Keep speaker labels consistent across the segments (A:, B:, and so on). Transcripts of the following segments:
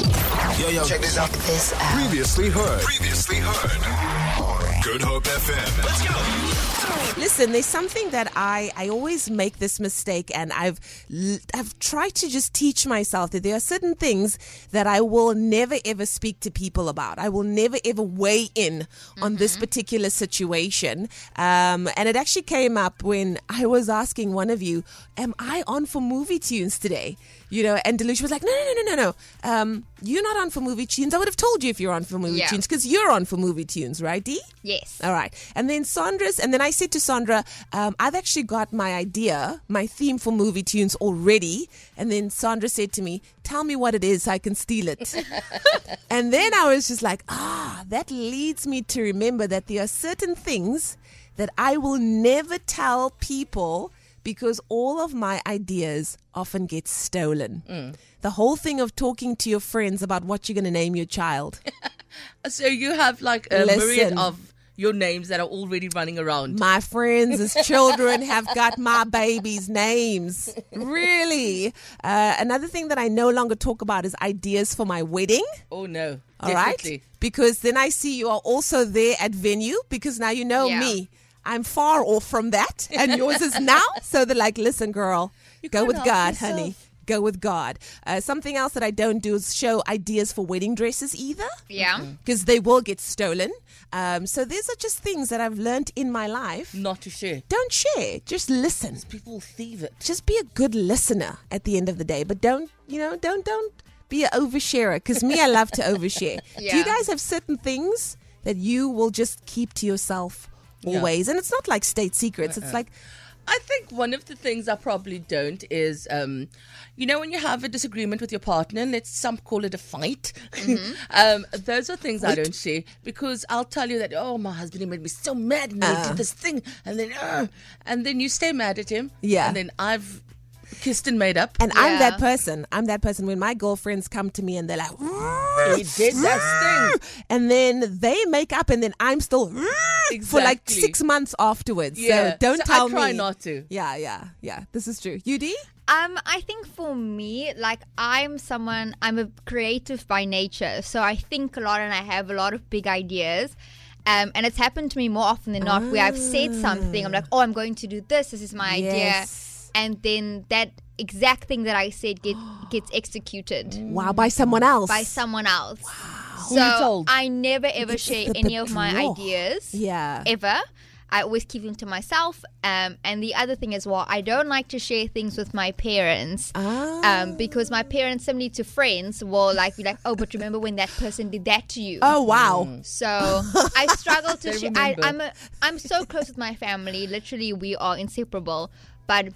A: yo, yo. Check this out.
B: This out.
C: Previously heard. Previously heard. Good Hope FM. Let's go.
D: Listen, there's something that I, I always make this mistake, and I've l- I've tried to just teach myself that there are certain things that I will never ever speak to people about. I will never ever weigh in on this particular situation. Um, and it actually came up when I was asking one of you, "Am I on for movie tunes today?" You know, and Delucia was like, "No, no, no, no, no, no. Um, you're not on for movie tunes. I would have told you if you're on for movie
B: Yeah.
D: tunes because you're on for movie tunes, right, Dee?
B: Yes.
D: All right. And then Sandra's, and then I said to Sandra, um, I've actually got my idea, my theme for movie tunes already. And then Sandra said to me, Tell me what it is so I can steal it. and then I was just like, Ah, that leads me to remember that there are certain things that I will never tell people because all of my ideas often get stolen. The whole thing of talking to your friends about what you're going to name your child.
E: So you have like a
D: Listen.
E: myriad of your names that are already running around.
D: My friends as children have got my babies' names. Really. Uh, another thing that I no longer talk about is ideas for my wedding.
E: oh no!
D: All right,
E: Definitely.
D: Because then I see you are also there at venue because now you know
B: Yeah.
D: me. I'm far off from that, and yours is now. So they're like, listen, girl, go
E: can't
D: with
E: help
D: God,
E: yourself."
D: honey. Go with God. Uh, something else that I don't do is show ideas for wedding dresses either
B: Yeah.
D: because they will get stolen. Um, so these are just things that I've learned in my life
E: Not to share.
D: don't share. Just listen.
E: People thieve it.
D: Just be a good listener at the end of the day. But don't, you know, don't don't be an oversharer. Because me, I love to overshare. Do you
B: Yeah.
D: guys have certain things that you will just keep to yourself always? And it's not like state secrets.
E: Uh-uh.
D: It's like
E: I think one of the things I probably don't is, um, you know, when you have a disagreement with your partner, and let's some call it a fight.
D: Mm-hmm.
E: um, those are things I don't share because I'll tell you that oh my husband he made me so mad and
D: Uh.
E: he did this thing and then uh, and then you stay mad at him
D: Yeah.
E: and then I've kissed and made up.
D: And I'm that
B: Yeah.
D: person. I'm that person when my girlfriends come to me and they're like,
E: He did that thing.
D: and then they make up, and then I'm still for like
E: Exactly.
D: six months afterwards.
E: Yeah.
D: So don't
E: So I
D: tell me.
E: try not to.
D: Yeah, yeah, yeah. This is true. You D?
B: Um, I think for me, like I'm someone I'm a creative by nature, so I think a lot and I have a lot of big ideas. Um, and it's happened to me more often than not where I've said something, I'm like, oh, I'm going to do this. This is my
D: Yes.
B: idea, and then that exact thing that I said get, gets executed
D: Wow, by someone else.
B: by someone else.
E: Who you
B: So
E: told?
B: I never ever share
D: the
B: any of my
D: betrayal.
B: ideas.
D: Yeah.
B: ever. I always keep them to myself. Um, and the other thing as well, I don't like to share things with my parents.
D: Ah.
B: Um, because my parents, similarly to friends, will like be like, "Oh, but remember when that person did that to you?"
D: oh wow.
B: So I struggle to.
E: They
B: Sh- I,
E: remember.
B: I'm a, I'm so close with my family. Literally, we are inseparable. But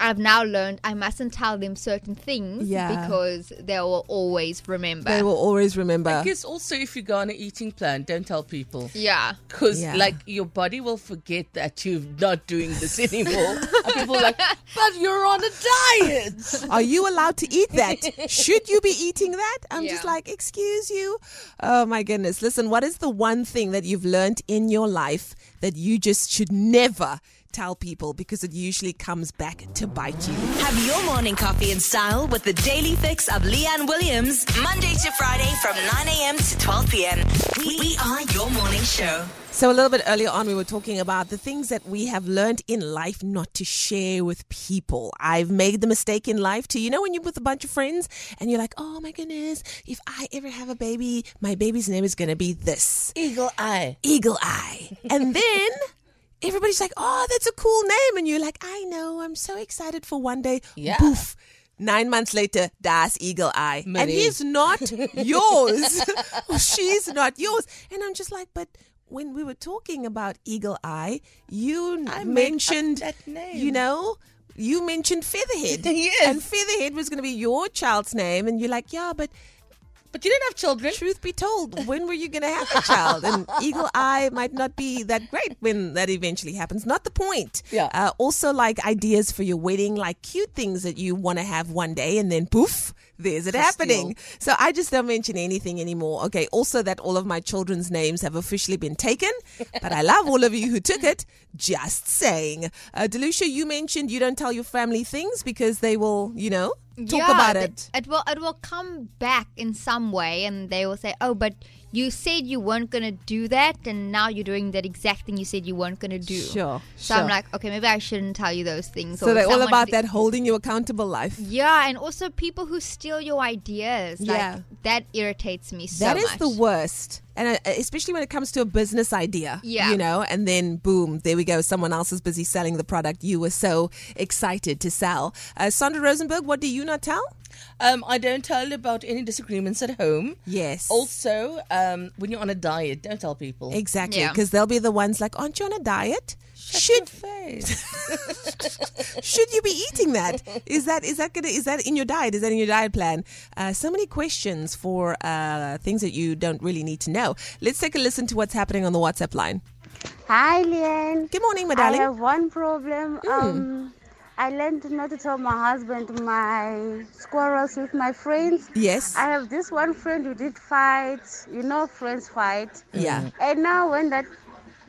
B: I've now learned I mustn't tell them certain things
D: Yeah.
B: because they will always remember.
D: They will always remember.
E: I guess also if you go on an eating plan, don't tell people.
B: yeah.
E: Because
D: Yeah.
E: like your body will forget that you're not doing this anymore. and people are like, but you're on a diet.
D: Are you allowed to eat that? Should you be eating that? I'm just
B: Yeah.
D: like, excuse you. Oh my goodness. Listen, what is the one thing that you've learned in your life that you just should never tell people because it usually comes back to bite you?
F: Have your morning coffee in style with the daily fix of Leanne Williams, Monday to Friday from 9 a.m. to 12 p.m. We, we are your morning show.
D: So a little bit earlier on, we were talking about the things that we have learned in life not to share with people. I've made the mistake in life too. You know, when you're with a bunch of friends and you're like, "Oh my goodness, if I ever have a baby, my baby's name is gonna be this
E: Eagle eye.
D: Eagle Eye," and then. Everybody's like, oh, that's a cool name. And you're like, I know, I'm so excited for one day.
E: Yeah.
D: Poof. Nine months later, that's Eagle Eye. And
E: Marie.
D: he's not yours. or she's not yours. And I'm just like, but when we were talking about Eagle Eye, you
E: I made
D: mentioned
E: up that name.
D: You know, you mentioned Featherhead.
E: Yes.
D: And Featherhead was going to be your child's name. And you're like, yeah, but
E: But you don't have children.
D: truth be told, when were you going to have a child? And Eagle Eye might not be that great when that eventually happens. Not the point.
E: Yeah.
D: Uh, also, like ideas for your wedding, like cute things that you want to have one day, and then poof, there's it happening. So I just don't mention anything anymore. Okay. Also, that all of my children's names have officially been taken, but I love all of you who took it. Just saying. Uh, Delucia, you mentioned you don't tell your family things because they will, you know. talk about
B: th-
D: it.
B: It will it will come back in some way, and they will say, "Oh, but you said you weren't gonna do that, and now you're doing that exact thing you said you weren't gonna do."
D: Sure,
B: So
D: sure.
B: I'm like, okay, maybe I shouldn't tell you those things.
D: So
B: or
D: they're all
B: someone
D: about
B: di-
D: that holding you accountable life.
B: Yeah, and also people who steal your ideas. Like,
D: Yeah.
B: that irritates me so
D: That is
B: much.
D: the worst, and uh, especially when it comes to a business idea.
B: Yeah.
D: you know, and then boom, there we go. Someone else is busy selling the product you were so excited to sell. Uh, Sandra Rosenberg, what do you not tell?
E: Um, I don't tell about any disagreements at home.
D: Yes.
E: Also, um, when you're on a diet, don't tell people.
D: Exactly,
B: Yeah.
D: because they'll be the ones like, "Aren't you on a diet? should
E: Face.
D: should you be eating that? Is that is that gonna is that in your diet? Is that in your diet plan? Uh, so many questions for uh, things that you don't really need to know. Let's take a listen to what's happening on the WhatsApp line.
A: Hi, Leanne.
D: Good morning, my
A: I
D: darling. Hmm.
A: have one problem. Um, I learned not to tell my husband my quarrels with my friends.
D: yes.
A: I have this one friend who did fight. You know, friends fight.
D: yeah.
A: And now when that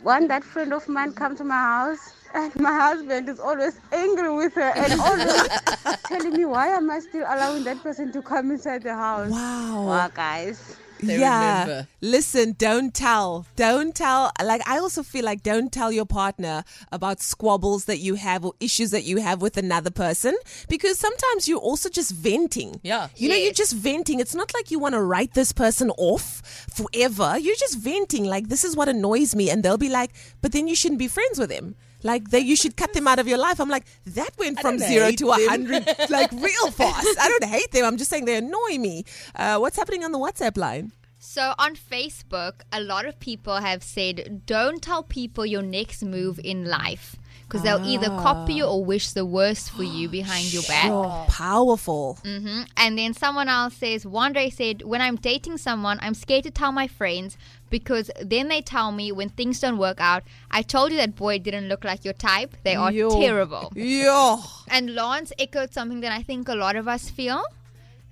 A: when that friend of mine come to my house, and my husband is always angry with her and always telling me why am I still allowing that person to come inside the house?
D: Wow.
A: Wow, guys.
D: yeah.
E: remember.
D: Listen, don't tell. Don't tell. Like, I also feel like don't tell your partner about squabbles that you have or issues that you have with another person because sometimes you're also just venting.
E: Yeah.
D: You know, you're just venting. It's not like you want to write this person off forever. You're just venting. Like, this is what annoys me. And they'll be like, but then you shouldn't be friends with him. Like they, you should cut them out of your life. I'm like, that went from
E: don't
D: zero
E: hate
D: to a
E: them.
D: hundred, like real fast. I don't hate them. I'm just saying they annoy me. Uh, what's happening on the WhatsApp line?
B: So on Facebook, a lot of people have said, "Don't tell people your next move in life." Because they'll either copy
D: Ah.
B: you or wish the worst for you behind your back.
D: Oh,
E: Oh.
D: Powerful.
E: Mm.
B: And then someone else says, one day said, when I'm dating someone, I'm scared to tell my friends because then they tell me when things don't work out, I told you that boy didn't look like your type. They are
D: Yo.
B: terrible.
D: Yeah.
B: And Lawrence echoed something that I think a lot of us feel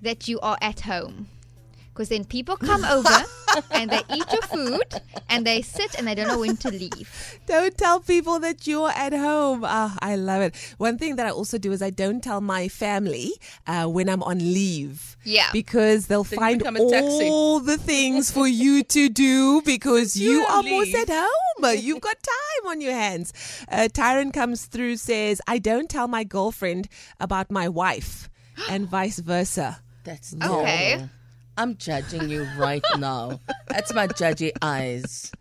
B: that you are at home. Because then people come over and they eat your food and they sit and they don't know when to leave.
D: Don't tell people that you're at home. Ah, I love it. One thing that I also do is I don't tell my family uh, when I'm on leave.
B: Yeah.
D: Because they'll
E: you
D: find
E: become a taxi.
D: all the things for you to do because you
E: You're
D: are
E: on
D: most at
E: leave.
D: home. You've got time on your hands. Uh, Tyron comes through, says, I don't tell my girlfriend about my wife and vice versa.
E: That's
B: Okay.
E: normal. I'm judging you right now. That's my judgy eyes.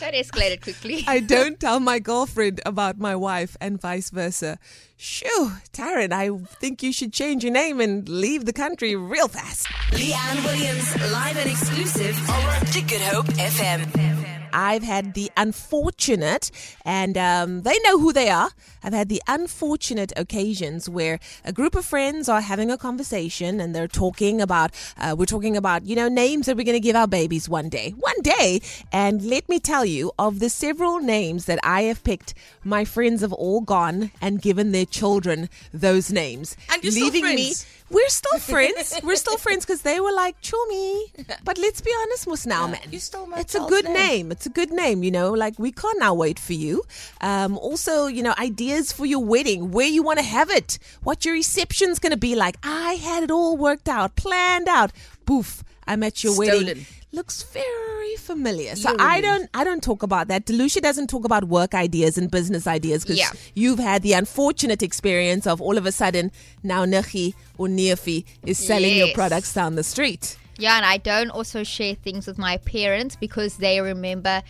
B: That escalated quickly.
D: I don't tell my girlfriend about my wife and vice versa. Shoo, Taryn, I think you should change your name and leave the country real fast.
F: Leanne Williams, live and exclusive to Good Hope FM.
D: I've had the unfortunate, and um, they know who they are. I've had the unfortunate occasions where a group of friends are having a conversation and they're talking about, uh, we're talking about, you know, names that we're going to give our babies one day. One day. And let me tell you, of the several names that I have picked, my friends have all gone and given their children those names.
E: And you're still
D: leaving me.
E: friends.
D: We're still friends. we're still friends because they were like, chumi. But let's be honest, Mus now, man.
E: You stole my
D: It's a
E: child's
D: good
E: name.
D: name name. It's a good name, you know. Like we can't now wait for you. Um, also, you know, ideas for your wedding, where you want to have it, what your reception's going to be like. I had it all worked out, planned out. Boof, I'm at your wedding.
E: Stolen.
D: Looks very familiar. So I don't, I don't talk about that. Delucia doesn't talk about work ideas and business ideas because
B: Yeah.
D: you've had the unfortunate experience of all of a sudden now Nachi or Neofi is selling your
B: Yes.
D: products down the street.
B: Yeah, and I don't also share things with my parents because they remember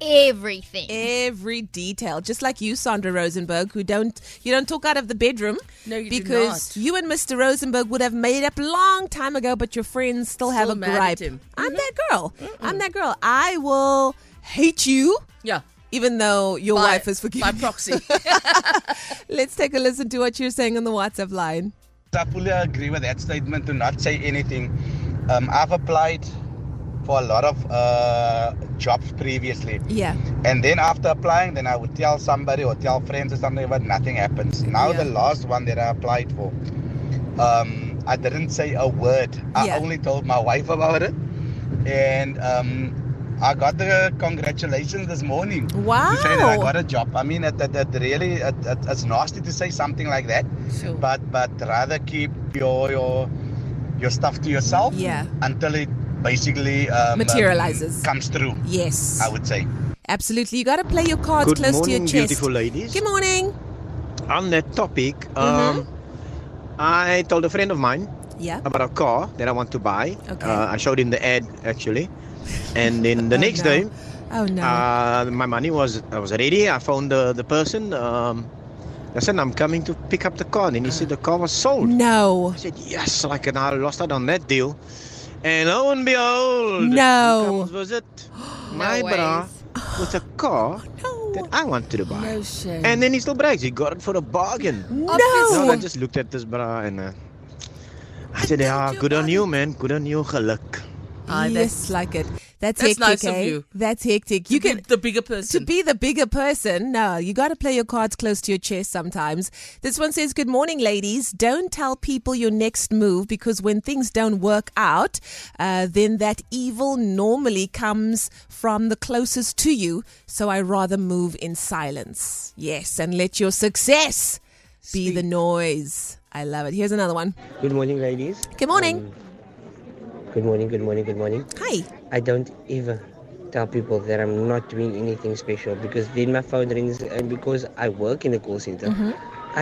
B: everything.
D: Eh. every detail just like you sandra rosenberg who don't you don't talk out of the bedroom
E: No, you do
D: because
E: not.
D: you and mr rosenberg would have made up long time ago but your friends still, have a
E: Still mad at
D: gripe
E: him. Mm-hmm.
D: i'm that girl i'm that girl i will hate you
E: Yeah.
D: even though your
E: By-
D: wife is
E: By
D: forgiven
E: proxy.
D: let's take a listen to what you're saying on the whatsapp line
G: I fully agree with that statement to not say anything. Um, I've applied for a lot of uh, jobs previously.
D: yeah
G: And then after applying, then I would tell somebody or tell friends or something, but nothing happens. Now
D: Yeah.
G: the last one that I applied for, um, I didn't say a word. I
D: Yeah.
G: only told my wife about it, and um, I got the congratulations this morning.
D: Wow.
G: To say that I
D: Oh.
G: got a job. I mean, it, it, it really it, it, it's nasty to say something like that,
E: Sure.
G: but but rather keep your your your stuff to yourself
D: Yeah.
G: until it basically um, um,
D: Materializes.
G: comes through.
D: Yes.
G: I would say.
D: Absolutely. You got to play your cards
H: Good
D: close
H: morning,
D: to your chest.
H: beautiful ladies.
D: Good morning.
H: On that topic,
D: Mm-hmm.
H: um, I told a friend of mine
D: Yeah.
H: about a car that I want to buy.
D: Okay.
H: Uh, I showed him the ad actually, and then the
D: Oh, no.
H: next day,
D: Oh, no.
H: uh, my money was I was ready. I found the the person. Um, I said I'm coming to pick up the car, and he said the car was sold.
D: no.
H: I said yes, like and I lost out on that deal. And lo and behold,
D: No.
H: who comes visit my
B: ways.
H: bra with a car
D: Oh,
H: that I wanted to buy.
E: No shame.
H: And then he still brags. He got it for a bargain.
D: No.
H: So I just looked at this bra and uh, I said, yeah, good on you, man. Good on you, geluk.
E: Ah,
D: yes, like it. Oh, That's,
E: that's
D: hectic.
E: nice of
D: eh?
E: you.
D: That's hectic. You
E: you
D: can
E: get the bigger
D: to
E: person.
D: be the bigger person, no, you got to play your cards close to your chest sometimes. This one says, Good morning, ladies. Don't tell people your next move because when things don't work out, uh, then that evil normally comes from the closest to you. So I rather move in silence. Yes, and let your success be the noise. I love it. Here's another one.
I: Good morning, ladies.
D: Good morning.
I: Good morning, good morning, good morning.
D: Hi.
I: I don't ever tell people that I'm not doing anything special because then my phone rings and because I work in a call center,
D: Mm-hmm.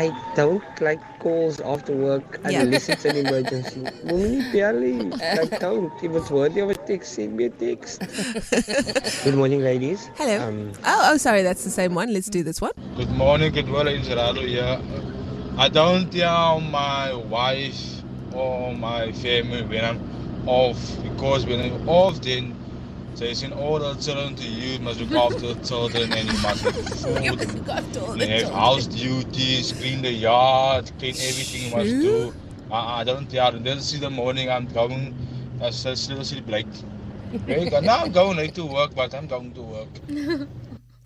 I: I don't like calls after work
D: Yeah.
I: unless it's an emergency. Mommy, darling, I don't. If it's worthy of a text, send me a text. good morning, ladies.
D: Hello.
I: Um,
D: oh, oh, sorry. That's the same one. Let's do this one.
J: Good morning, good morning, Gerardo. Yeah, I don't tell my wife or my family when I'm off because when I'm off, then "Oh, they send all the children to you. must look after the children and you must have food and have house duties, clean the yard, clean everything you must do. I, I don't tell them. They'll see the morning I'm going. uh, I still still sleep late. There you go. Now I'm going late to work, but I'm going to work.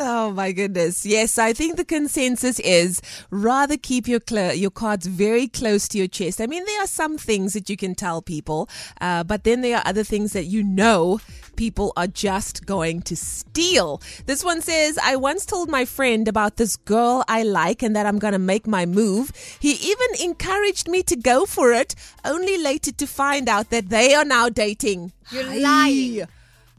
D: Oh my goodness. Yes, I think the consensus is rather keep your cl- your cards very close to your chest. I mean, there are some things that you can tell people, uh, but then there are other things that you know people are just going to steal. This one says, I once told my friend about this girl I like and that I'm going to make my move. He even encouraged me to go for it, only later to find out that they are now dating.
B: You're
D: Hi.
B: lying.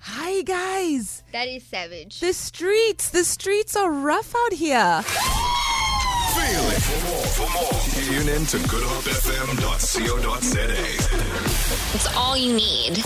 D: Hi, guys.
B: That is savage.
D: The streets, the streets are rough out here.
C: Feel it. For more, for more, tune in to goodhopefm.co.za.
K: It's all you need.